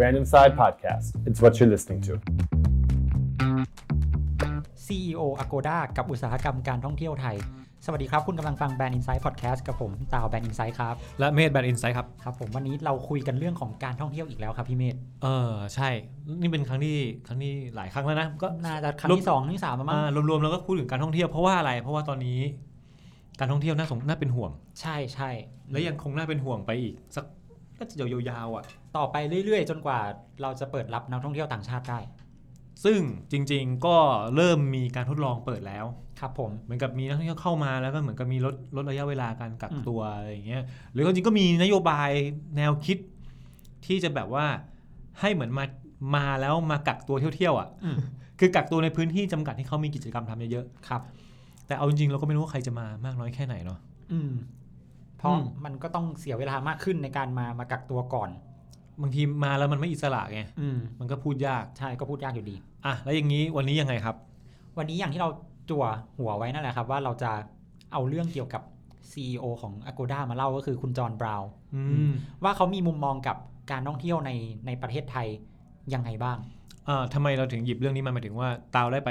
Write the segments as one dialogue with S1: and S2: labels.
S1: Random Side Podcast. It's what you're listening to.
S2: CEO Agoda กับอุตสาหกรรมการท่องเที่ยวไทย สวัสดีครับ คุณกำลังฟัง Brand Insight Podcast กับผมตาวแบรนด์อินไซด์ครับ
S3: และเมธแบนอินไซด์ครับ
S2: ครับผมวันนี้เราคุยกันเรื่องของการท่องเที่ยวอีกแล้วครับพี่เมธ
S3: เออใช่ นี่เป็นครั้งที่ครั้งที่หลายครั้งแล้วนะก็
S2: น่าจะครั้งที่สองครั้งที่สามแล้วมั้ง
S3: อ่ารวมๆแล้วก็พูดถึงการท่องเที่ยวเพราะว่าอะไร เพราะว่าตอนนี้ การท่องเที่ยวน่าสงน่าเป็นห่วง
S2: ใช่ใช่
S3: และยังคงน่าเป็นห่วงไปอีกสักก็จะยาวๆอ่ะ
S2: ต่อไปเรื่อยๆ จนกว่าเราจะเปิดรับนักท่องเที่ยวต่างชาติได้
S3: ซึ่งจริงๆก็เริ่มมีการทดลองเปิดแล้ว
S2: ครับผม
S3: เหมือนกับมีนักท่องเที่ยวเข้ามาแล้วก็เหมือนกับมีลดลดระยะเวลาการกัก
S2: อืม
S3: ตัวอะไรอย่างเงี้ยหรือจริงๆก็มีนโยบายแนวคิด ที่จะแบบว่าให้เหมือนมามาแล้วมากักตัวเที่ยวๆอ่ะ
S2: อืม
S3: คือกักตัวในพื้นที่จำกัดที่เขามีกิจกรรมทำเยอะ
S2: ครับ
S3: ๆ แต่เอาจริงๆเราก็ไม่รู้ว่าใครจะมามากน้อยแค่ไหนเนาะ
S2: อืมเพราะ
S3: อืม
S2: มันก็ต้องเสียเวลามากขึ้นในการมามากักตัวก่อน
S3: บางทีมาแล้วมันไม่อิสระไง
S2: อืม
S3: มันก็พูดยาก
S2: ใช่ก็พูดยากอยู่ดี
S3: อ่ะ แล้วอย่างนี้วันนี้ยังไงครับ
S2: วันนี้อย่างที่เราจั่วหัวไว้นั่นแหละครับ ว่าเราจะเอาเรื่องเกี่ยวกับ CEO ของ Agoda มาเล่าก็คือคุณจอห์นบราวน์
S3: อืม
S2: ว่าเขามีมุมมองกับการท่องเที่ยวในในประเทศไทยยังไงบ้าง
S3: อ่าทำไมเราถึงหยิบเรื่องนี้มาหมายถึงว่าตาวได้ไป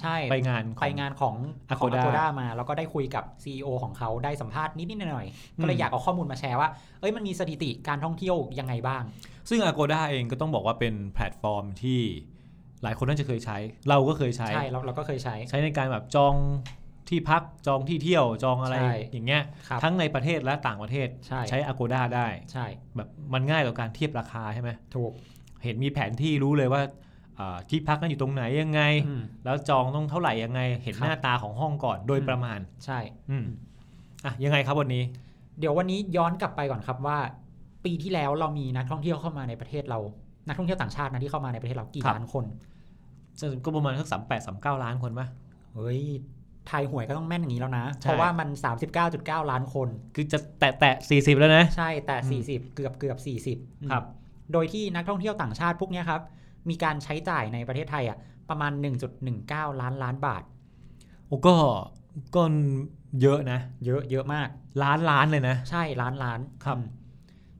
S2: ใช่
S3: ไปงานของ
S2: ไปงานของ
S3: Agoda
S2: ของ Agoda มา แล้วก็ได้คุยกับ CEO ของเขาได้สัมภาษณ์นิดๆหน่อยๆก็เลย
S3: อืม
S2: อยากเอาข้อมูลมาแชร์ว่าเอ้ยมันมีสถิติการท่องเที่ยวยังไงบ้าง
S3: ซึ่ง Agoda เองก็ต้องบอกว่าเป็นแพลตฟอร์มที่หลายคนน่าจะเคยใช้ เราก็เคยใช้
S2: ใช่เราเราก็เคยใช้
S3: ใช้ในการแบบจองที่พักจองที่เที่ยวจองอะไร
S2: ใช่
S3: อย่างเงี้ย
S2: ครับ
S3: ทั้งในประเทศและต่างประเทศ
S2: ใช่
S3: ใช้ Agoda ได้
S2: ใช่
S3: แบบมันง่ายต่อการเทียบราคาใช่ไหม
S2: ถูก
S3: เห็นมีแผนที่รู้เลยว่าอ่าที่พักนั้นอยู่ตรงไหนยังไง
S2: อืม
S3: แล้วจองต้องเท่าไหร่ยังไง เห็น
S2: ครับ
S3: หน้าตาของห้องก่อนโดย
S2: อืม
S3: ประมาณ
S2: ใช่
S3: อืมอ่ะยังไงครับวันนี้
S2: เดี๋ยววันนี้ย้อนกลับไปก่อนครับว่า ปีที่แล้วเรามีนักท่องเที่ยวเข้ามาในประเทศเรา นักท่องเที่ยวต่างชาตินะที่เข้ามาในประเทศเรากี่
S3: ครับ
S2: ล้านคน
S3: จะก็ประมาณสักสามแปดสามเก้าล้านคนปะ
S2: เฮ้ยทายหวยก็ต้องแม่นอย่างนี้แล้วนะ
S3: ใช่
S2: เพราะว่ามัน 39.9 ล้านคน
S3: คือจะแตะแตะสี่สิบแล้วนะ
S2: ใช่แต่
S3: อื
S2: สี่
S3: ม
S2: สิบเกือบเกือบ40อืม
S3: ครับ
S2: โดยที่นักท่องเที่ยวต่างชาติพวกเนี้ยครับมีการใช้จ่ายในประเทศไทยอ่ะประมาณ 1.19 ล้านล้านบาท
S3: โอ้ก็ก็เยอะนะ
S2: เยอะเยอะมาก
S3: ล้านล้านเลยนะ
S2: ใช่ล้านล้าน
S3: ครับ
S2: อืม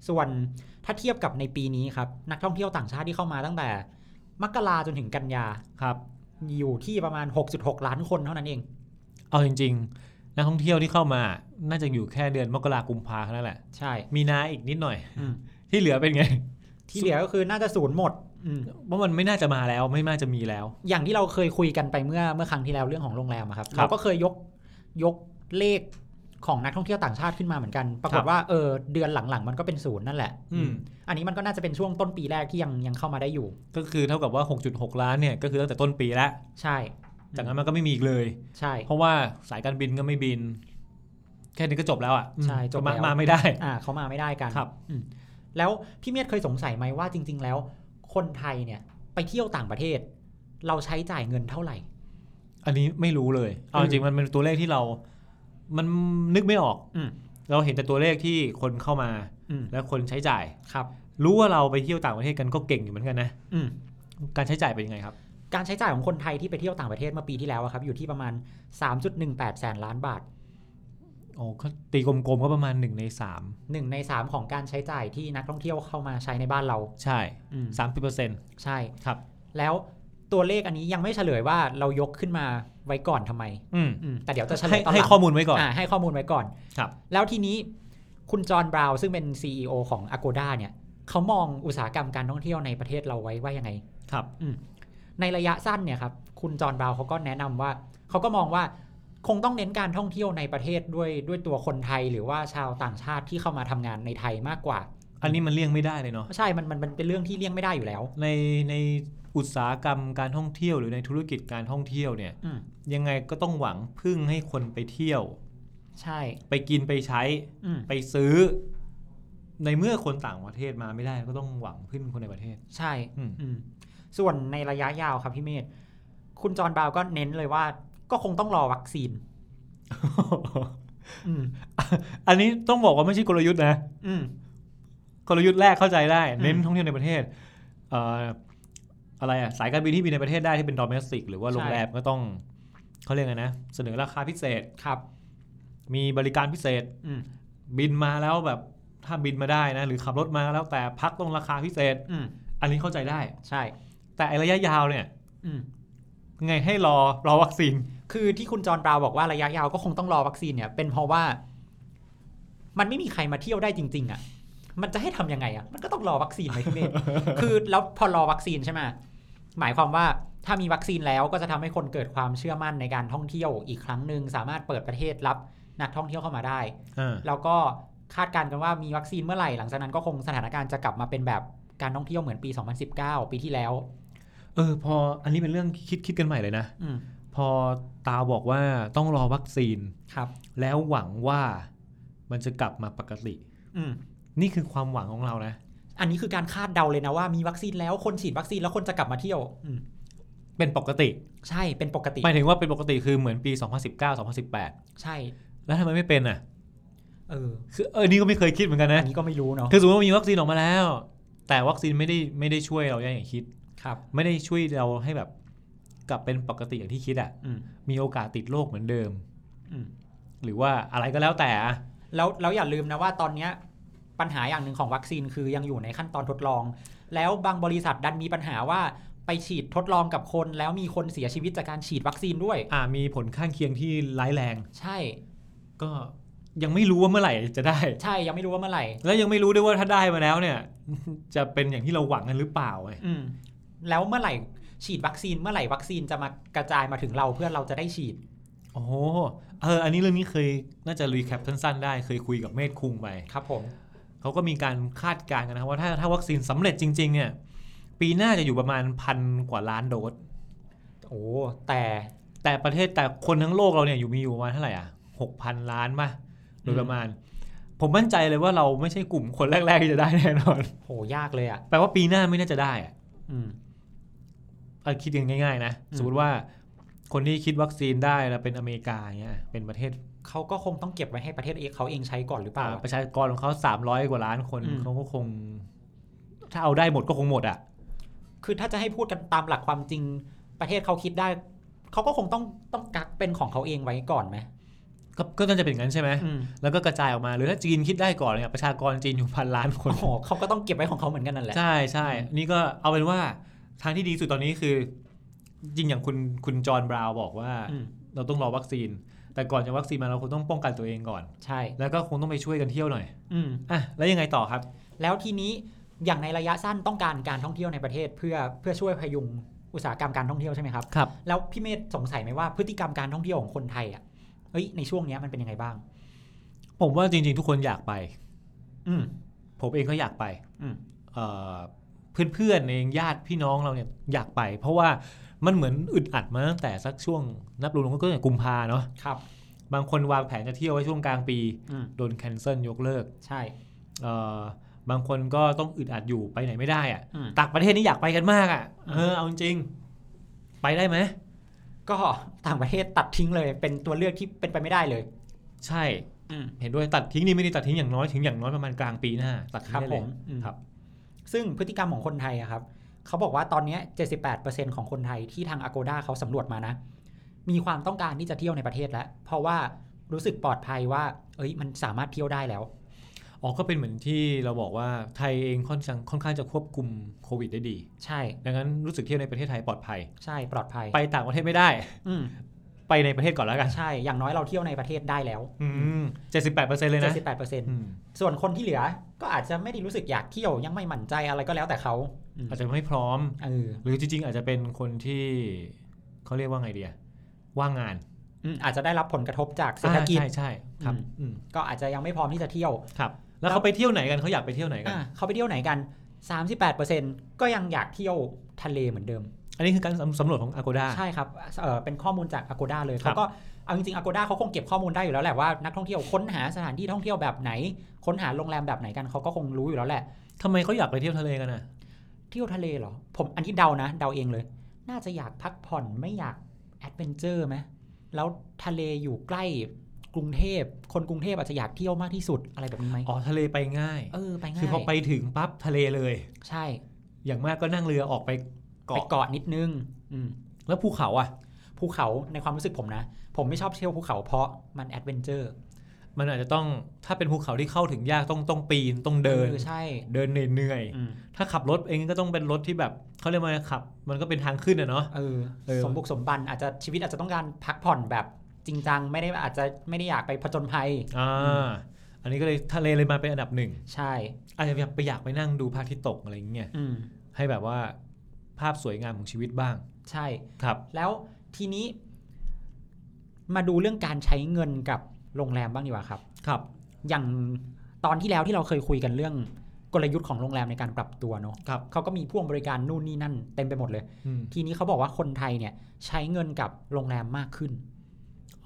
S2: ส่วนถ้าเทียบกับในปีนี้ครับนักท่องเที่ยวต่างชาติที่เข้ามาตั้งแต่ มกราจนถึงกันยา
S3: ครับ
S2: อยู่ที่ประมาณ 6.6 ล้านคนเท่านั้นเอง
S3: เอาจริงๆนักท่องเที่ยวที่เข้ามา น่าจะอยู่แค่เดือนมกราคมกุมภาพันธ์นั่นแหละ
S2: ใช่
S3: มีนาอีกนิดหน่อย ที่เหลือเป็นไง
S2: ที่เหลือก็คือน่าจะศูนย์หมดอืม
S3: เพราะมันไม่น่าจะมาแล้วไม่น่าจะมีแล้ว
S2: อย่างที่เราเคยคุยกันไปเมื่อเมื่อครั้งที่แล้วเรื่องของโรงแรมอะครับ
S3: ครั
S2: เรา
S3: บ
S2: ก็เคยยกยกเลขของนักท่องเที่ยวต่างชาติขึ้นมาเหมือนกัน ปราก
S3: ครั
S2: ฏ
S3: บ
S2: ว่าเออเดือนหลังๆ มันก็เป็นศูนย์นั่นแหละ
S3: อืม
S2: อันนี้มันก็น่าจะเป็นช่วงต้นปีแรกที่ยังยังเข้ามาได้อยู่
S3: ก็คือเท่ากับว่า 6.6 ล้านเนี่ยก็คือตั้งแต่ต้นปีแล้ว
S2: ใช่
S3: จากนั้นมันก็ไม่มีอีกเลย
S2: ใช่
S3: เพราะว่าสายการบินก็ไม่บิน แค่นี้ก็จบแล้วอ่ะ
S2: ใช่จบแล้ว
S3: มามาไม่ได้
S2: อ่าเขามาไม่ได้กัน
S3: ครับ
S2: อืมแล้วพี่เมียดเคยสงสัยไหมว่าจริง ๆ แล้ว คนไทยเนี่ยไปเที่ยวต่างประเทศ เราใช้จ่ายเงินเท่าไหร่
S3: อันนี้ไม่รู้เลย เอา
S2: อืม
S3: จริงๆมันเป็นตัวเลขที่เรา มันนึกไม่ออก
S2: อืม
S3: เราเห็นแต่ตัวเลขที่คนเข้ามา
S2: อืม
S3: และคนใช้จ่าย
S2: ครับ
S3: รู้ว่าเราไปเที่ยวต่างประเทศกันก็เก่งอยู่เหมือนกันนะ
S2: อืม
S3: การใช้จ่ายเป็นยังไงครับ
S2: การใช้จ่ายของคนไทยที่ไปเที่ยวต่างประเทศเมื่อปีที่แล้วอะครับ อยู่ที่ประมาณ 3.18 แสนล้านบาท
S3: โอ้ก็ตีกลมๆก็ประมาณ1ใน
S2: หนึ่งใน 3 ของการใช้จ่ายที่นักท่องเที่ยวเข้ามาใช้ในบ้านเรา
S3: 3ใช่30เปอร์เซ็นต์
S2: ใช่
S3: ครับ
S2: แล้วตัวเลขอันนี้ยังไม่เฉลยว่าเรายกขึ้นมาไว้ก่อนทำไม
S3: อืม
S2: อืมแต่เดี๋ยวจะเฉล
S3: ให้
S2: ยตอนห
S3: ให้
S2: ลัง
S3: ข้อมูลไว้ก่อน
S2: อ่าให้ข้อมูลไว้ก่อน
S3: ครับ
S2: แล้วทีนี้คุณจอห์นบราวน์ซึ่งเป็น CEO ของ Agoda เนี่ยเขามองอุตสาหกรรมการท่องเที่ยวในประเทศเราไว้ว่ายังไง
S3: ครับ
S2: ในระยะสั้นเนี่ยครับคุณจอห์นบราวน์เขาก็แนะนำว่าเขาก็มองว่าคงต้องเน้นการท่องเที่ยวในประเทศด้วยด้วยตัวคนไทยหรือว่าชาวต่างชาติที่เข้ามาทำงานในไทยมากกว่า
S3: อันนี้มันเลี่ยงไม่ได้เลยเนาะ
S2: ใช่มันมันมันเป็นเรื่องที่เลี่ยงไม่ได้อยู่แล้ว
S3: ในในอุตสาหกรรมการท่องเที่ยวหรือในธุรกิจการท่องเที่ยวเนี่ย
S2: อืม
S3: ยังไงก็ต้องหวังพึ่งให้คนไปเที่ยว
S2: ใช่
S3: ไปกินไปใช้
S2: อืม
S3: ไปซื้อ ในเมื่อคนต่างประเทศมาไม่ได้ก็ต้องหวังพึ่งคนในประเทศ
S2: ใช่
S3: อืม
S2: อืมส่วนในระยะยาวครับพี่เมธคุณจอห์นบราวน์ก็เน้นเลยว่า ก็คงต้องรอวัคซีน อืม
S3: อันนี้ต้องบอกว่าไม่ใช่กลยุทธ์นะ
S2: อืม
S3: กลยุทธ์แรกเข้าใจได้
S2: อืม
S3: เน้นท่องเที่ยวในประเทศเอ่ออะไรอะสายการบินที่บินในประเทศได้ที่เป็นดอมเมสติกหรือว่า
S2: ใช่
S3: โรงแรมก็ต้องเขาเรียกไงนะ เสนอราคาพิเศษ
S2: ครับ
S3: มีบริการพิเศษ
S2: อืม
S3: บินมาแล้วแบบถ้าบินมาได้นะ หรือขับรถมาแล้วแต่พักต้องราคาพิเศษ
S2: อืม
S3: อันนี้เข้าใจได้
S2: ใช่
S3: แต่ไอ้ระยะยาวเนี่ย
S2: อืม
S3: ไงให้รอรอวัคซีน
S2: คือที่คุณจอห์นบราวน์บอกว่าระยะยาวก็คงต้องรอวัคซีนเนี่ย เป็นเพราะว่า มันไม่มีใครมาเที่ยวได้จริง ๆ อ่ะ มันจะให้ทำยังไงอ่ะ มันก็ต้องรอวัคซีนไหมทุเรศ คือแล้วพอรอวัคซีนใช่ไหมหมายความว่าถ้ามีวัคซีนแล้วก็จะทำให้คนเกิดความเชื่อมั่นในการท่องเที่ยวอีกครั้งหนึ่งสามารถเปิดประเทศรับนักท่องเที่ยวเข้ามาได้
S3: อ่า
S2: แล้วก็คาดการณ์กันว่ามีวัคซีนเมื่อไหร่หลังจากนั้นก็คงสถานการณ์จะกลับมาเป็นแบบการท่องเที่ยวเหมือนปี 2019 ปีที่แล้ว
S3: เออพออันนี้เป็นเรื่องคิดคิดกันใหม่เลยนะ
S2: อืม
S3: พอตาบอกว่าต้องรอวัคซีน
S2: ครับ
S3: แล้วหวังว่ามันจะกลับมาปกติ
S2: อืม
S3: นี่คือความหวังของเรานะ
S2: อันนี้คือการคาดเดาเลยนะว่ามีวัคซีนแล้วคนฉีดวัคซีนแล้วคนจะกลับมาเที่ยวอืม
S3: เป็นปกติ
S2: ใช่เป็นปกติ
S3: หมายถึงว่าเป็นปกติคือเหมือนปี 2019-2018
S2: ใช่
S3: แล้วทำไมไม่เป็นอ่ะ
S2: เออ
S3: คือเออนี่ก็ไม่เคยคิดเหมือนกันนะ
S2: อันนี้ก็ไม่รู้เนาะ
S3: คือสมมติว่ามีวัคซีนออกมาแล้ว แต่วัคซีนไม่ได้ไม่ได้ช่วยเราอย่างที่คิด
S2: ครับ
S3: ไม่ได้ช่วยเราให้แบบกลับเป็นปกติอย่างที่คิดอ่ะ
S2: อืม
S3: มีโอกาสติดโรคเหมือนเดิม
S2: อืม
S3: หรือว่าอะไรก็แล้วแต่อะ
S2: แล้วแล้วอย่าลืมนะว่าตอนเนี้ยปัญหาอย่างหนึ่งของวัคซีนคือยังอยู่ในขั้นตอนทดลอง แล้วบางบริษัทดันมีปัญหาว่าไปฉีดทดลองกับคน แล้วมีคนเสียชีวิตจากการฉีดวัคซีนด้วย
S3: อ่ามีผลข้างเคียงที่ร้ายแรง
S2: ใช่
S3: ก็ยังไม่รู้ว่าเมื่อไหร่จะได้
S2: ใช่ยังไม่รู้ว่าเมื่อไหร่
S3: แล้วยังไม่รู้ด้วยว่าถ้าได้มาแล้วเนี่ย จะเป็นอย่างที่เราหวังกันหรือเปล่าไง
S2: อืมแล้วเมื่อไหร่ฉีดวัคซีนเมื่อไหร่วัคซีนจะมากระจายมาถึงเราเพื่อเราจะได้ฉีด
S3: โอ้โหเอออันนี้เรื่องนี้เคยน่าจะรีแคปสั้นๆได้เคยคุยกับเมธคุงไป
S2: ครับ ผม
S3: เขาก็มีการคาดการณ์กันนะครับว่าถ้าถ้าวัคซีนสำเร็จจริง ๆ เนี่ย ปีหน้าจะอยู่ประมาณพันกว่าล้านโดส
S2: โอ้แต่
S3: แต่ประเทศแต่คนทั้งโลกเราเนี่ยอยู่มีอยู่ประมาณเท่าไหร่อ่ะหกพันล้านป่ะโดยประมาณ ผมมั่นใจเลยว่าเราไม่ใช่กลุ่มคนแรก ๆ ที่จะได้แน่นอน
S2: โหยากเลยอ่ะ
S3: แปลว่าปีหน้าไม่น่าจะได้อะ
S2: อืม
S3: เอาคิดกันง่ายๆนะ
S2: อืม
S3: สมมติว่าคนที่คิดวัคซีนได้แล้วเป็นอเมริกาเนี่ยเป็นประเทศ
S2: เขาก็คงต้องเก็บไว้ให้ประเทศเอกเขาเองใช้ก่อนหรือเปล่า
S3: อ่าประชากรของเขา300 กว่าล้านคน
S2: อืม
S3: เขาก็คง ถ้าเอาได้หมดก็คงหมดอ่ะ
S2: คือถ้าจะให้พูดกันตามหลักความจริง ประเทศเขาคิดได้ เขาก็คงต้องต้องกักเป็นของเขาเองไว้ก่อนไหม
S3: ก็ก็น่าจะเป็นอย่างนั้นใช่ไหม
S2: อืม
S3: แล้วก็กระจายออกมาหรือถ้าจีนคิดได้ก่อนเนี่ยประชากรจีนอยู่พันล้านคน
S2: โอ้โหเขาก็ต้องเก็บไว้ของเขาเหมือนกันนั่นแหละ
S3: ใช่ใช่นี่ก็เอาเป็นว่าทางที่ดีที่สุดตอนนี้คือจริงอย่างคุณคุณจอห์นบราวน์บอกว่า
S2: อืม
S3: เราต้องรอวัคซีน แต่ก่อนจะวัคซีนมาเราคงต้องป้องกันตัวเองก่อน
S2: ใช่
S3: แล้วก็คงต้องไปช่วยกันเที่ยวหน่อย
S2: อืม
S3: อ่ะแล้วยังไงต่อครับ
S2: แล้วทีนี้อย่างในระยะสั้นต้องการการท่องเที่ยวในประเทศ เพื่อเพื่อช่วยพยุงอุตสาหกรรมการท่องเที่ยวใช่ไหมครับ
S3: ครับ
S2: แล้วพี่เมธสงสัยไหมว่าพฤติกรรมการท่องเที่ยวของคนไทยอ่ะเฮ้ยในช่วงเนี้ยมันเป็นยังไงบ้าง
S3: ผมว่าจริง ๆ ทุกคนอยากไป
S2: อืม
S3: ผมเองก็อยากไป
S2: อืม
S3: เอ่อเพื่อนๆเองญาติพี่น้องเราเนี่ยอยากไป เพราะว่ามันเหมือนอึดอัดมาตั้งแต่สักช่วงนับรวมๆก็ตั้งแต่กุมภาเนาะ
S2: ครับ
S3: บางคนวางแผนจะเที่ยวไว้ช่วงกลางปี
S2: อืม
S3: โดนแคนเซิลยกเลิก
S2: ใช่
S3: เอ่อบางคนก็ต้องอึดอัดอยู่ไปไหนไม่ได้อะ
S2: อืม
S3: ต่างประเทศนี่อยากไปกันมากอะเออเอาจริงๆไปได้ไหม
S2: ก็ต่างประเทศตัดทิ้งเลย เป็นตัวเลือกที่เป็นไปไม่ได้เลย
S3: ใช่
S2: อืม
S3: เห็นด้วยตัดทิ้งนี่ไม่ได้ตัดทิ้งอย่างน้อยถึงอย่างน้อยประมาณกลางปีหน้าตัดทิ้
S2: ค
S3: ง
S2: รับ
S3: ได้
S2: ผ
S3: เลย
S2: มอืม
S3: ครับ
S2: ซึ่งพฤติกรรมของคนไทยอะครับ เขาบอกว่าตอนเนี้ย78%ของคนไทยที่ทาง Agoda เขาสำรวจมานะ มีความต้องการที่จะเที่ยวในประเทศแล้ว เพราะว่ารู้สึกปลอดภัยว่า เอ้ย มันสามารถเที่ยวได้แล้ว
S3: อ๋อก็เป็นเหมือนที่เราบอกว่าไทยเองค่อนข้างค่อนข้างจะควบคุมโควิดได้ดี
S2: ใช่
S3: ดังนั้นรู้สึกเที่ยวในประเทศไทยปลอดภัย
S2: ใช่ปลอดภัย
S3: ไปต่างประเทศไม่ได้
S2: อืม
S3: ไปในประเทศก่อนแล้วกัน
S2: ใช่อย่างน้อยเราเที่ยวในประเทศได้แล้ว
S3: เจ็ดสิบแปดเปอร์เซ็นต์เลยนะ
S2: 78%
S3: อืม
S2: ส่วนคนที่เหลือ ก็อาจจะไม่ได้รู้สึกอยากเที่ยวยังไม่หมั่นใจอะไรก็แล้วแต่เขาอืม
S3: อาจจะไม่พร้อม
S2: เออ
S3: หรือจริงๆ อาจจะเป็นคนที่เขาเรียกว่าไงเดียว่างงาน
S2: อืมอาจจะได้รับผลกระทบจากเศรษฐกิจ
S3: อ่าใช่ใช่ครับ
S2: อืม
S3: อืม
S2: ก็อาจจะยังไม่พร้อมที่จะเที่ยว
S3: ครับ แล้วเขาไปเที่ยวไหนกันเขาอยากไปเที่ยวไหนกัน
S2: อ่ะเขาไปเที่ยวไหนกัน 38%ก็ยังอยากเที่ยวทะเลเหมือนเดิม
S3: อันนี้คือการสำสำรวจของ Agoda
S2: ใช่ครับเอ่อเป็นข้อมูลจาก Agoda เลย
S3: ครับ
S2: เขาก็เอาจริงๆ Agoda เขาคงเก็บข้อมูลได้อยู่แล้วแหละว่านักท่องเที่ยวค้นหาสถานที่ท่องเที่ยวแบบไหน ค้นหาโรงแรมแบบไหนกันเขาก็คงรู้อยู่แล้วแหละ
S3: ทำไมเขาอยากไปเที่ยวทะเลกันอ่ะ
S2: เที่ยวทะเลเหรอ ผมอันนี้เดานะ เดาเองเลย น่าจะอยากพักผ่อนไม่อยากแอดเวนเจอร์ไหมแล้วทะเลอยู่ใกล้กรุงเทพคนกรุงเทพอาจจะอยากเที่ยวมากที่สุดอะไรแบบนี้ไหม
S3: อ๋อ ทะเลไปง่าย
S2: เออไปง่าย
S3: คือพอไปถึงปั๊บทะเลเลย
S2: ใช่
S3: อย่างมากก็นั่งเรือออกไป
S2: ไป
S3: เกาะ
S2: เกาะนิดนึง อืม
S3: แล้วภูเขาอ่ะ
S2: ภูเขาในความรู้สึกผมนะ ผมไม่ชอบเที่ยวภูเขาเพราะมันแอดเวนเจอร์
S3: มันอาจจะต้องถ้าเป็นภูเขาที่เข้าถึงยากต้องต้องปีนต้องเดิน
S2: ออใช่
S3: เดินเหนื่อย
S2: อืม
S3: ๆถ้าขับรถเองก็ต้องเป็นรถที่แบบเขาเรียกว่าขับ มันก็เป็นทางขึ้นอะเนาะ
S2: เออ
S3: เออ
S2: สมบุกสมบันอาจจะชีวิตอาจจะต้องการพักผ่อนแบบจริงจังไม่ได้อาจจะไม่ได้อยากไปผจญภัย
S3: อ่าอันนี้ก็เลยทะเลเลยมาเป็นอันดับหนึ่ง
S2: ใช่
S3: อาจจะไปอยากไปนั่งดูพระอาทิตย์ตกอะไรอย่างเงี้ย
S2: อืม
S3: ให้แบบว่าภาพสวยงามของชีวิตบ้าง
S2: ใช่
S3: ครับ
S2: แล้วทีนี้ มาดูเรื่องการใช้เงินกับโรงแรมบ้างดีกว่าครับ
S3: ครับ
S2: อย่างตอนที่แล้วที่เราเคยคุยกันเรื่องกลยุทธ์ของโรงแรมในการปรับตัวเนาะ
S3: ครับ
S2: เขาก็มีพ่วงบริการนู่นนี่นั่นเต็มไปหมดเลย
S3: อืม
S2: ทีนี้เขาบอกว่าคนไทยเนี่ย ใช้เงินกับโรงแรมมากขึ้น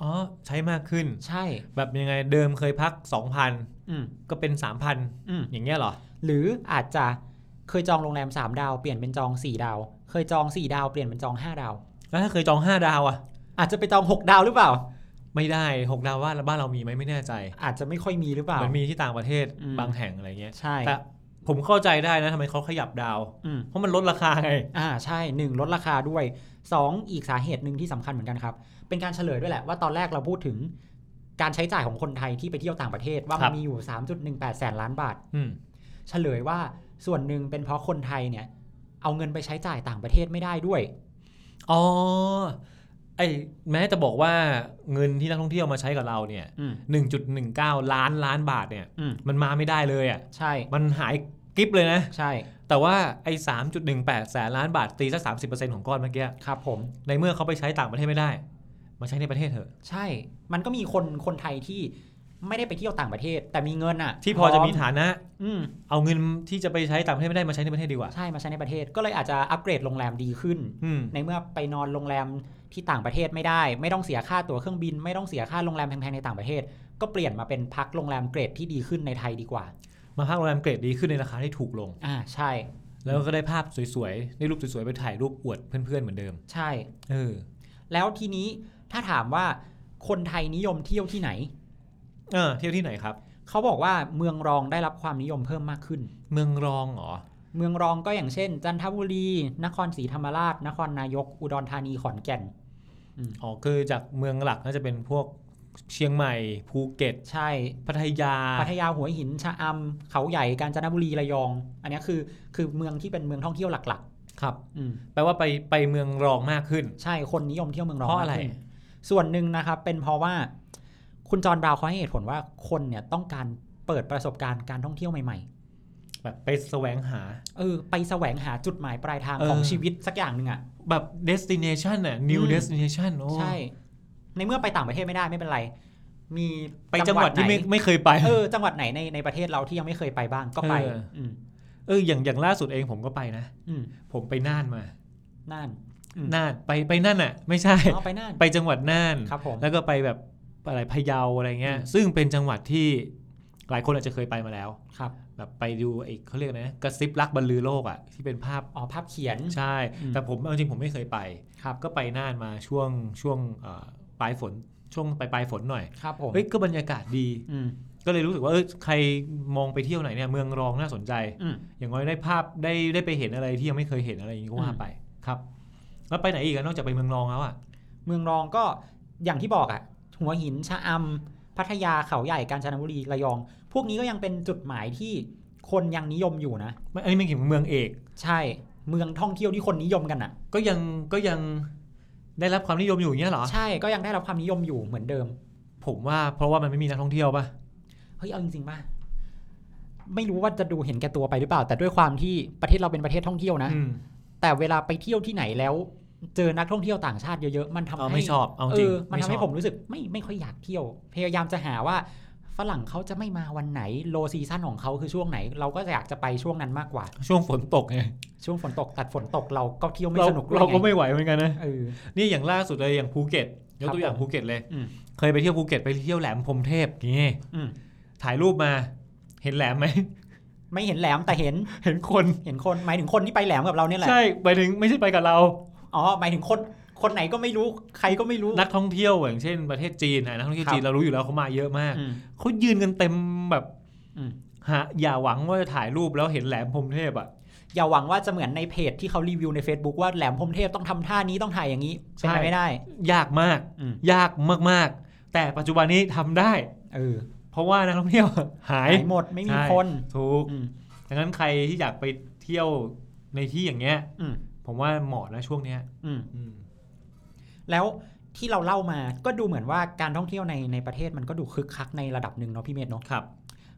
S3: อ๋อใช้มากขึ้น
S2: ใช่
S3: แบบยังไงเดิมเคยพัก 2,000
S2: อืม
S3: ก็เป็น 3,000
S2: อืม
S3: อย่างเงี้ยเหรอ
S2: หรืออาจจะเคยจองโรงแรม 3 ดาว เปลี่ยนเป็นจอง 4 ดาว เคยจอง 4 ดาวเปลี่ยนเป็นจอง 5 ดาว
S3: แล้วถ้าเคยจอง 5 ดาวอะ
S2: อาจจะไปจอง 6 ดาวหรือเปล่า
S3: ไม่ได้ 6 ดาวว่าบ้านเรามีไหมไม่แน่ใจ
S2: อาจจะไม่ค่อยมีหรือเปล่า
S3: เหมือนมีที่ต่างประเทศ
S2: อืม
S3: บางแห่งอะไรเงี้ย
S2: ใช่
S3: แต่ผมเข้าใจได้นะทำไมเขาขยับดาว
S2: อืม
S3: เพราะมันลดราคาไง
S2: อ่าใช่หนึ่งลดราคาด้วยสองอีกสาเหตุหนึ่งที่สำคัญเหมือนกันครับ เป็นการเฉลยด้วยแหละว่าตอนแรกเราพูดถึงการใช้จ่ายของคนไทยที่ไปเที่ยวต่างประเทศ ว่า
S3: ค
S2: มั
S3: รั
S2: น
S3: บ
S2: มีอยู่ 3.18 แสนล้านบาท
S3: อืม
S2: เฉลยว่าส่วนหนึ่งเป็นเพราะคนไทยเนี่ย เอาเงินไปใช้จ่ายต่างประเทศไม่ได้ด้วย
S3: อ๋อไอแม้จะบอกว่าเงินที่นักท่องเที่ยวมาใช้กับเราเนี่ย
S2: อืม
S3: 1.19 ล้านล้านบาทเนี่ย
S2: อืม
S3: มันมาไม่ได้เลยอะ่ะ
S2: ใช่
S3: มันหายกิฟเลยนะ
S2: ใช่
S3: แต่ว่าไอ้3.18 แสนล้านบาทตีสัก30%ของก้อนเมื่อกี้
S2: ครับผม
S3: ในเมื่อเขาไปใช้ต่างประเทศไม่ได้ มาใช้ในประเทศเถอะ
S2: ใช่ มันก็มีคนคนไทยที่ไม่ได้ไปเที่ยวต่างประเทศ แต่มีเงินอ่ะ
S3: ที่พอจะมี
S2: ร้
S3: ฐานะ
S2: อืม
S3: เอาเงินที่จะไปใช้ต่างประเทศไม่ได้มาใช้ในประเทศดีกว่า
S2: ใช่มาใช้ในประเทศก็เลยอาจจะอัปเกรดโรงแรมดีขึ้น
S3: อืม
S2: ในเมื่อไปนอนโรงแรมที่ต่างประเทศไม่ได้ ไม่ต้องเสียค่าตั๋วเครื่องบิน ไม่ต้องเสียค่าโรงแรมแพงๆในต่างประเทศ ก็เปลี่ยนมาเป็นพักโรงแรมเกรดที่ดีขึ้นในไทยดีกว่า
S3: มาพักโรงแรมเกรดดีขึ้นในราคาที่ถูกลง
S2: อ่าใช่
S3: แล้วก็ได้ภาพสวยๆ ได้รูปสวยๆ ไปถ่ายรูปอวดเพื่อนๆ เหมือนเดิม
S2: ใช่
S3: เออ
S2: แล้วทีนี้ถ้าถามว่าคนไทยนิยมเที่ยวที่ไหน
S3: เออ เที่ยวที่ไหนครับ
S2: เขาบอกว่าเมืองรองได้รับความนิยมเพิ่มมากขึ้น
S3: เมืองรองเหรอ
S2: เมืองรองก็อย่างเช่น จันทบุรี นครศรีธรรมราช นครนายก อุดรธานีขอนแก่น
S3: อ๋อ คือจากเมืองหลักน่าจะเป็นพวกเชียงใหม่ ภูเก็ต
S2: ใช่
S3: พัทยา
S2: พัทยาหัวหินชะอำเขาใหญ่กาญจนบุรีระยอง อันนี้คือคือเมืองที่เป็นเมืองท่องเที่ยวหลัก
S3: ครับ
S2: ๆอืม
S3: แปลว่าไปไปเมืองรองมากขึ้น
S2: ใช่ คนนิยมเที่ยวเมืองร้อง
S3: เพราะอะไร
S2: มกขึ้นส่วนหนึ่งนะครับ เป็นเพราะว่า คุณจอห์นบราวน์เขาให้เหตุผลว่าคนเนี่ยต้องการเปิดประสบการณ์การท่องเที่ยวใหม่
S3: แบบไปแสวงหา
S2: ๆ เออ ไปแสวงหาจุดหมายปลายทาง
S3: เออ
S2: ของชีวิตสักอย่างหนึ่งอะ่ะ
S3: แบบ destination น่ะ new
S2: อืม
S3: destination โอ้
S2: ใช่ ในเมื่อไปต่างประเทศไม่ได้ไม่เป็นไร มี
S3: ไปจังหวัดที่ไม่
S2: น
S3: ไม่เคยไป
S2: เออ จังหวัดไหนในในประเทศเราที่ยังไม่เคยไปบ้างก็ไป
S3: เออ
S2: อืม
S3: เออ อย่างอย่างล่าสุดเองผมก็ไปนะ
S2: อืม
S3: ผมไปน่านมา
S2: นั่น อืม
S3: น่านไปไปน่านอ่ะ ไม่ ใช่
S2: เอาไปนั่น
S3: ไปจังหวัดน่าน
S2: ครับผม
S3: แล้วก็ไปแบบอะไรพะเยาอะไรเงี้ย
S2: อืม
S3: ซึ่งเป็นจังหวัดที่หลายคนอาจจะเคยไปมาแล้ว
S2: ครับ
S3: แบบไปดูไอ้เขาเรียกอะไรนะกระซิบรักบรรลือโลกอ่ะที่เป็นภาพ
S2: อ๋อภาพเขียน
S3: ใช่
S2: อืม
S3: แต่ผมเอาจริงผมไม่เคยไป
S2: ครับ
S3: ก็ไปน่านมาช่วงช่วงเอ่อปลายฝนช่วงปลายปลายฝนหน่อย
S2: ครับผม
S3: เฮ้ยก็บรรยากาศดี
S2: อืม
S3: ก็เลยรู้สึกว่าเอยใครมองไปเที่ยวไหนเนี่ยเมืองรองน่าสนใจ
S2: อืม
S3: อย่างน้อยได้ภาพได้ได้ไปเห็นอะไรที่ยังไม่เคยเห็นอะไรอย่างนี้ก็ว่าไปครับ แล้วไปไหนอีกอะนอกจากไปเมืองรองแล้วอ่ะ
S2: เมืองรองก็อย่างที่บอกอะหัวหินชะอำพัทยาเขาใหญ่กาญจนบุรีระยอง พวกนี้ก็ยังเป็นจุดหมายที่คนยังนิยมอยู่นะ
S3: ไม่อันนี้ไม่ถึงเมืองเอก
S2: ใช่เมืองท่องเที่ยวที่คนนิยมกันอะ
S3: ก็ยังก็ยังได้รับความนิยมอยู่อย่างเงี้ยเหรอ
S2: ใช่ก็ยังได้รับความนิยมอยู่เหมือนเดิม
S3: ผมว่าเพราะว่ามันไม่มีนักท่องเที่ยวป่ะ
S2: เฮ้ยเอาจริงๆป่ะไม่รู้ว่าจะดูเห็นแก่ตัวไปหรือเปล่า แต่ด้วยความที่ประเทศเราเป็นประเทศท่องเที่ยวนะ
S3: อืม
S2: แต่เวลาไปเที่ยวที่ไหนแล้ว เจอนักท่องเที่ยวต่างชาติเยอะๆมันทำ
S3: เอา
S2: ให้
S3: ไม่ชอบเอา
S2: เอ
S3: จริง
S2: อมันทำ
S3: ไช
S2: ให้
S3: อบ
S2: ผมรู้สึกไม่ไม่ค่อยอยากเที่ยว พยายามจะหาว่าฝรั่งเขาจะไม่มาวันไหนโลซีซั่นของเขาคือช่วงไหน เราก็อยากจะไปช่วงนั้นมากกว่า
S3: ช่วงฝนตกไง
S2: ช่วงฝนตกแต่ฝนตกเราก็เที่ยวไม่
S3: เรา
S2: สนุกด้วย
S3: เราก็
S2: ไง
S3: ไม่ไหวเหมือนกันนะ
S2: เออ
S3: นี่อย่างล่าสุดเลยอย่างภูเก็ตยก
S2: ครับ
S3: ตัวอย่าง
S2: ผม
S3: ภูเก็ตเลย
S2: อืม
S3: เคยไปเที่ยวภูเก็ตไปเที่ยวแหลมพรหมเทพอย่างงี้
S2: อืม
S3: ถ่ายรูปมา เห็นแหลมไหม
S2: ไม่เห็นแหลมแต่เห็น
S3: เห็นคน
S2: เห็นคนหมายถึงคนที่ไปแหลมกับเราเนี่ยแหละ
S3: ใช่ไปถึงไม่ใช่ไปกับเรา
S2: อ๋อหมายถึงคนคนไหนก็ไม่รู้ใครก็ไม่รู้
S3: นักท่องเที่ยวอย่างเช่นประเทศจีนนะนักท่องเที่ยว
S2: ครับ
S3: จีนเรารู้อยู่แล้วเขามาเยอะมาก
S2: อืม
S3: เขายืนกันเต็มแบบ
S2: อืม
S3: หาอย่าหวังว่าจะถ่ายรูปแล้วเห็นแหลมพรหมเทพอ่ะ
S2: อย่าหวังว่าจะเหมือนในเพจที่เขารีวิวใน Facebook ว่าแหลมพรหมเทพต้องทำท่านี้ต้องถ่ายอย่างนี้เป็นไป
S3: ใช่
S2: ไม่ได้
S3: ยากมาก
S2: อืม
S3: ยากมาก ๆ แต่ปัจจุบันนี้ทำได้
S2: เออ
S3: เพราะว่านักท่องเที่ยว หาย
S2: หายหมดไม่มี
S3: ใช่
S2: คน
S3: ถูก
S2: อืม
S3: ดังนั้นใครที่อยากไปเที่ยวในที่อย่างเงี้ย
S2: อืม
S3: ผมว่าเหมาะนะช่วงเนี้ย
S2: อืม แล้วที่เราเล่ามาก็ดูเหมือนว่าการท่องเที่ยวในในประเทศมันก็ดูคึกคักในระดับหนึ่งเนาะพี่เมธเนาะ
S3: ครับ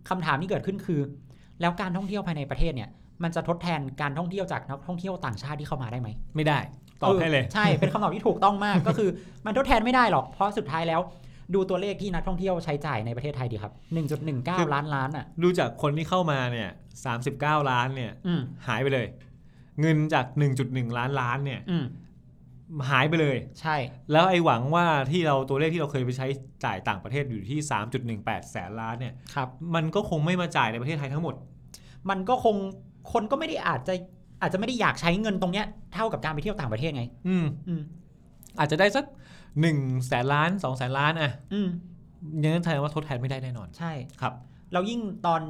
S2: คำถามที่เกิดขึ้นคือ แล้วการท่องเที่ยวภายในประเทศเนี่ย มันจะทดแทนการท่องเที่ยวจากนักท่องเที่ยวต่างชาติที่เข้ามาได้ไหม
S3: ไม่ได้ ตอบให้เลย
S2: ออใช่ เป็นคำตอบที่ถูกต้องมาก ก็คือมันทดแทนไม่ได้หรอกเพราะสุดท้ายแล้ว ดูตัวเลขที่นักท่องเที่ยวใช้จ่ายในประเทศไทยดีครับ 1.19 ล้านล้านอ่ะ
S3: ดูจากคนที่เข้ามาเนี่ย39 ล้านเนี่ย
S2: อืม
S3: หายไปเลย เงินจาก 1.1 ล้านล้านเนี่ย
S2: อืม
S3: หายไปเลย
S2: ใช่
S3: แล้วไอ้หวังว่าที่เราตัวเลขที่เราเคยไปใช้จ่ายต่างประเทศอยู่ที่ 3.18 แสนล้านเนี่ย
S2: ครับ
S3: มันก็คงไม่มาจ่ายในประเทศไทยทั้งหมด
S2: มันก็คงคนก็ไม่ได้อาจจะอาจจะไม่ได้อยากใช้เงินตรงเนี้ยเท่ากับการไปเที่ยวต่างประเทศไง
S3: อืม
S2: อืม
S3: อาจจะได้สัก1แสนล้าน2แสนล้านอะ
S2: อืม
S3: ยังนั้นแสดงว่าทดแทนไม่ได้แน่นอน
S2: ใช่
S3: ครับ
S2: เรายิ่งตอน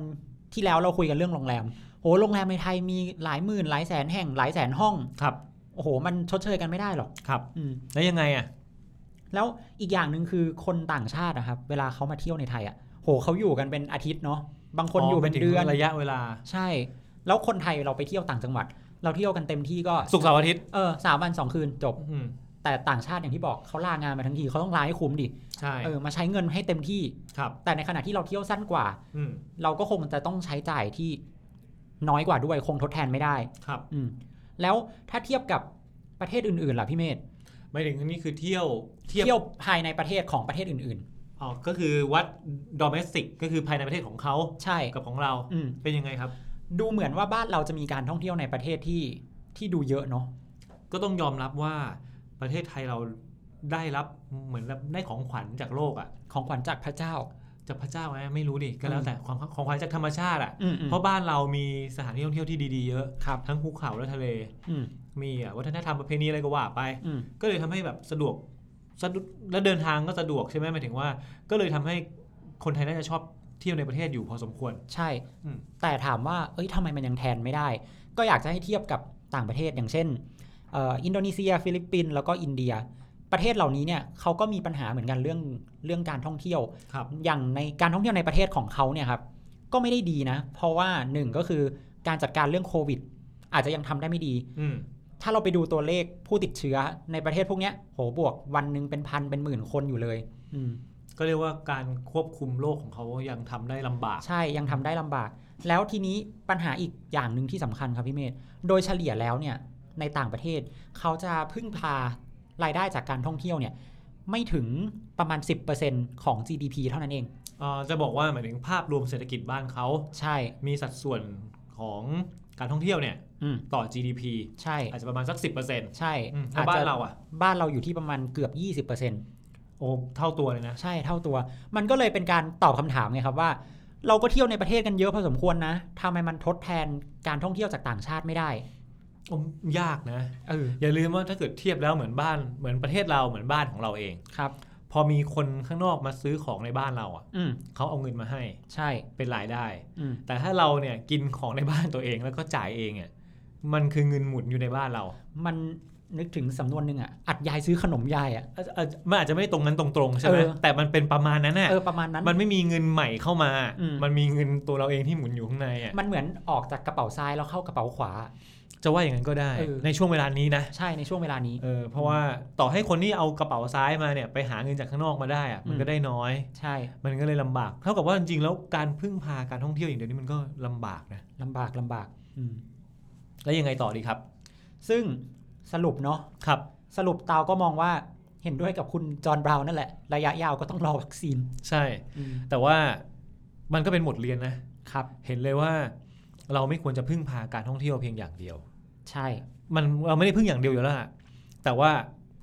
S2: ที่แล้วเราคุยกันเรื่องโรงแรม โห โรงแรมในไทยมีหลายหมื่นหลายแสนแห่งหลายแสนห้อง
S3: ครับ
S2: โอ้โห มันชดเชยกันไม่ได้หรอก
S3: ครับ
S2: อืม
S3: แล้วยังไงอะ
S2: แล้วอีกอย่างหนึ่งคือคนต่างชาตินะครับ เวลาเขามาเที่ยวในไทยอ่ะ โห เขาอยู่กันเป็นอาทิตย์เนาะ บางคนอยู่เป็นเดือน
S3: ระยะเวลา
S2: ใช่ แล้วคนไทยเราไปเที่ยวต่างจังหวัด เราเที่ยวกันเต็มที่ก็
S3: สุกร์เสาร์อาทิตย์
S2: เออสามวันสองคืนจบ
S3: อืม
S2: แต่ต่างชาติอย่างที่บอกเขาลางานมาทั้งทีเขาต้องลาให้คุ้มดิ
S3: ใช่
S2: เออ มาใช้เงินให้เต็มที่
S3: ครับ
S2: แต่ในขณะที่เราเที่ยวสั้นกว่า
S3: อืม
S2: เราก็คงจะต้องใช้จ่ายที่น้อยกว่าด้วยคงทดแทนไม่ได้
S3: ครับ
S2: อืมแล้วถ้าเทียบกับประเทศอื่นๆล่ะพี่เมธ
S3: ไม่ถึงนี่คือเที่ยวเที่ยว
S2: เที่ยวภายในประเทศของประเทศอื่น
S3: อ๋อ ก็คือวัด domestic ก็คือภายในประเทศของเขา
S2: ๆ ใช่
S3: กับของเรา
S2: อืม
S3: เป็นยังไงครับ
S2: ดูเหมือนว่าบ้านเราจะมีการท่องเที่ยวในประเทศที่ที่ดูเยอะเนาะ
S3: ก็ต้องยอมรับว่าประเทศไทยเราได้รับเหมือนรับได้ของขวัญจากโลกอะ่ะ
S2: ของขวัญจากพระเจ้า
S3: จากพระเจ้าไหมไม่รู้ดิ ก็แล้วแต่ความของขวัญจากธรรมชาติอะ่ะ
S2: อืม
S3: เพราะบ้านเรามีสถานที่ท่องเที่ยวที่ดีๆเยอะ
S2: ครับ
S3: ทั้งภูเขาและทะเล
S2: อืม
S3: มีอ่ะวัฒนธรรมประเพณีอะไรก็ว่าไป
S2: อืม
S3: ก็เลยทำให้แบบสะดวกสะดุและเดินทางก็สะดวกใช่ไหมหมายถึงว่า ก็เลยทำให้คนไทยน่าจะชอบเที่ยวในประเทศอยู่พอสมควร
S2: ใช่
S3: อืม
S2: แต่ถามว่าเอ้ยทำไมมันยังแทนไม่ได้ ก็อยากจะให้เทียบกับต่างประเทศอย่างเช่นเอ่ออินโดนีเซีย ฟิลิปปินส์แล้วก็อินเดีย ประเทศเหล่านี้เนี่ยเขาก็มีปัญหาเหมือนกันเรื่องเรื่องการท่องเที่ยว
S3: ครับ
S2: อย่างในการท่องเที่ยวในประเทศของเขาเนี่ยครับก็ไม่ได้ดีนะ เพราะว่าหนึ่งก็คือการจัดการเรื่องโควิด อาจจะยังทำได้ไม่ดี
S3: อืม
S2: ถ้าเราไปดูตัวเลขผู้ติดเชื้อในประเทศพวกเนี้ยโหบวกวันหนึ่งเป็นพันเป็นหมื่นคนอยู่เลย อืม
S3: ก็เรียกว่าการควบคุมโลกของเขายังทำได้ลำบาก
S2: ใช่ยังทำได้ลำบาก แล้วทีนี้ปัญหาอีกอย่างหนึ่งที่สำคัญครับพี่เมธโดยเฉลี่ยแล้วเนี่ยในต่างประเทศ เขาจะพึ่งพารายได้จากการท่องเที่ยวเนี่ยไม่ถึงประมาณ 10%ของ GDP เท่านั้นเอง
S3: เอ่อจะบอกว่าหมายถึงภาพรวมเศรษฐกิจบ้านเขา
S2: ใช่
S3: มีสัดส่วนของการท่องเที่ยวเนี่ย
S2: อืม
S3: ต่อ GDP
S2: ใช่
S3: อาจจะประมาณสัก 10%
S2: ใช่
S3: อืม
S2: อา
S3: ถ้า
S2: จ
S3: บ้าน
S2: จะ
S3: เราอ่ะ
S2: บ้านเราอยู่ที่ประมาณเกือบ 20%
S3: โอ้เท่าตัวเลยนะ
S2: ใช่เท่าตัว มันก็เลยเป็นการตอบคำถามไงครับว่า เราก็เที่ยวในประเทศกันเยอะพอสมควรนะทำไมมันทดแทนการท่องเที่ยวจากต่างชาติไม่ได้
S3: โอ้ยากนะ
S2: เออ
S3: อย่าลืมว่าถ้าเกิดเทียบแล้วเหมือนบ้านเหมือนประเทศเราเหมือนบ้านของเราเอง
S2: ครับ
S3: พอมีคนข้างนอกมาซื้อของในบ้านเราอ่ะ
S2: อืม
S3: เขาเอาเงินมาให้
S2: ใช่
S3: เป็นรายได้
S2: อืม
S3: แต่ถ้าเราเนี่ยกินของในบ้านตัวเองแล้วก็จ่ายเองอ่ะมันคือเงินหมุนอยู่ในบ้านเรา
S2: มันนึกถึงสำนวนหนึ่งอะอัดยายซื้อขนมยายอะ
S3: อาจอาจมันอาจจะไม่ได้ตรงนั้นตรงๆใช่ไหม
S2: เออ
S3: แต่มันเป็นประมาณนั้นน่ะ
S2: เออประมาณนั้น
S3: มันไม่มีเงินใหม่เข้ามา
S2: อืม
S3: มันมีเงินตัวเราเองที่หมุนอยู่ข้างในอ่ะ
S2: มันเหมือนออกจากกระเป๋าซ้ายแล้วเข้ากระเป๋าขวา
S3: จะว่าอย่างนั้นก็ได้
S2: เออ
S3: ในช่วงเวลานี้นะ
S2: ใช่ในช่วงเวลานี้
S3: เออ เพราะว่าต่อให้คนที่เอากระเป๋าซ้ายมาเนี่ยไปหาเงินจากข้างนอกมาได้อะมัน
S2: อืม
S3: ก็ได้น้อย
S2: ใช่
S3: มันก็เลยลำบาก เท่ากับว่าจริงๆแล้วการพึ่งพาการท่องเที่ยวอย่างเดียวนี้มันก็ลำบากนะ
S2: ลำบากลำบากอืม
S3: แล้วยังไงต่อดีครับ
S2: ซึ่งสรุปเนาะ
S3: ครับ
S2: สรุปเตาก็มองว่าเห็นด้วยกับคุณจอห์นบราวน์นั่นแหละ ระยะยาวก็ต้องรอวัคซีน
S3: ใช่
S2: อืม
S3: แต่ว่ามันก็เป็นบทเรียนนะ
S2: ครับ
S3: เห็นเลยว่า เราไม่ควรจะพึ่งพาการท่องเที่ยวเพียงอย่างเดียว
S2: ใช่
S3: มันเราไม่ได้พึ่งอย่างเดียวอยู่แล้วล่ะแต่ว่า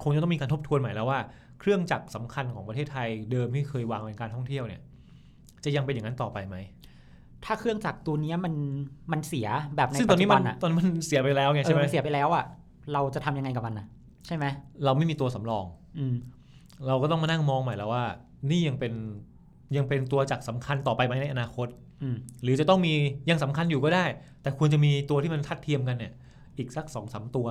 S3: คงจะต้องมีการทบทวนใหม่แล้วว่า เครื่องจักรสำคัญของประเทศไทยเดิมที่เคยวางเป็นการท่องเที่ยวเนี่ย จะยังเป็นอย่างนั้นต่อไปไหม
S2: ถ้าเครื่องจักรตัวเนี้ยมันมันเสียแบบใน
S3: ซึ่งตอ
S2: ปั
S3: น
S2: จ
S3: นี้
S2: จุ
S3: มั
S2: บั
S3: น
S2: นอะ
S3: ตอนมันเสียไปแล้วไง
S2: เออ
S3: ใช่ไหม
S2: มันเสียไปแล้วอะเราจะทำยังไงกับมันอะใช่ไหม
S3: เราไม่มีตัวสำรอง
S2: อืม
S3: เราก็ต้องมานั่งมองใหม่แล้วว่า นี่ยังเป็นยังเป็นตัวจักรสำคัญต่อไปไหมในอนาคต
S2: อืม
S3: หรือจะต้องมียังสำคัญอยู่ก็ได้ แต่ควรจะมีตัวที่มันทัดเทียมกันเนี่ย อีกสักสองสามตัว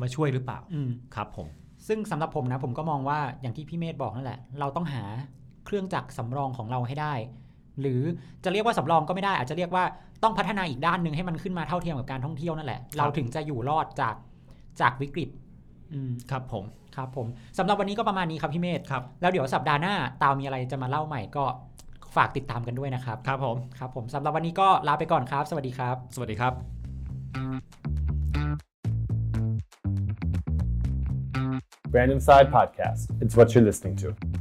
S3: มาช่วยหรือเปล่า
S2: อืม
S3: ครับ ผม
S2: ซึ่งสำหรับผมนะ ผมก็มองว่าอย่างที่พี่เมธบอกนั่นแหละ เราต้องหาเครื่องจักรสำรองของเราให้ได้ หรือจะเรียกว่าสำรองก็ไม่ได้อาจจะเรียกว่าต้องพัฒนาอีกด้านหนึ่งให้มันขึ้นมาเท่าเทียมกับการท่องเที่ยวนั่นแหละ เราถึงจะอยู่รอดจากจากวิกฤต อืม
S3: ครับผม
S2: ครับผมสำหรับวันนี้ก็ประมาณนี้ครับพี่เมธ
S3: ครับ
S2: แล้วเดี๋ยวสัปดาห์หน้าตาวมีอะไรจะมาเล่าใหม่ก็ฝากติดตามกันด้วยนะครับ
S3: ครับผม
S2: ครับผมสำหรับวันนี้ก็ลาไปก่อนครับ สวัสดีครับ
S3: สวัสดีครับ
S1: Random Side Podcast. It's what you're listening to.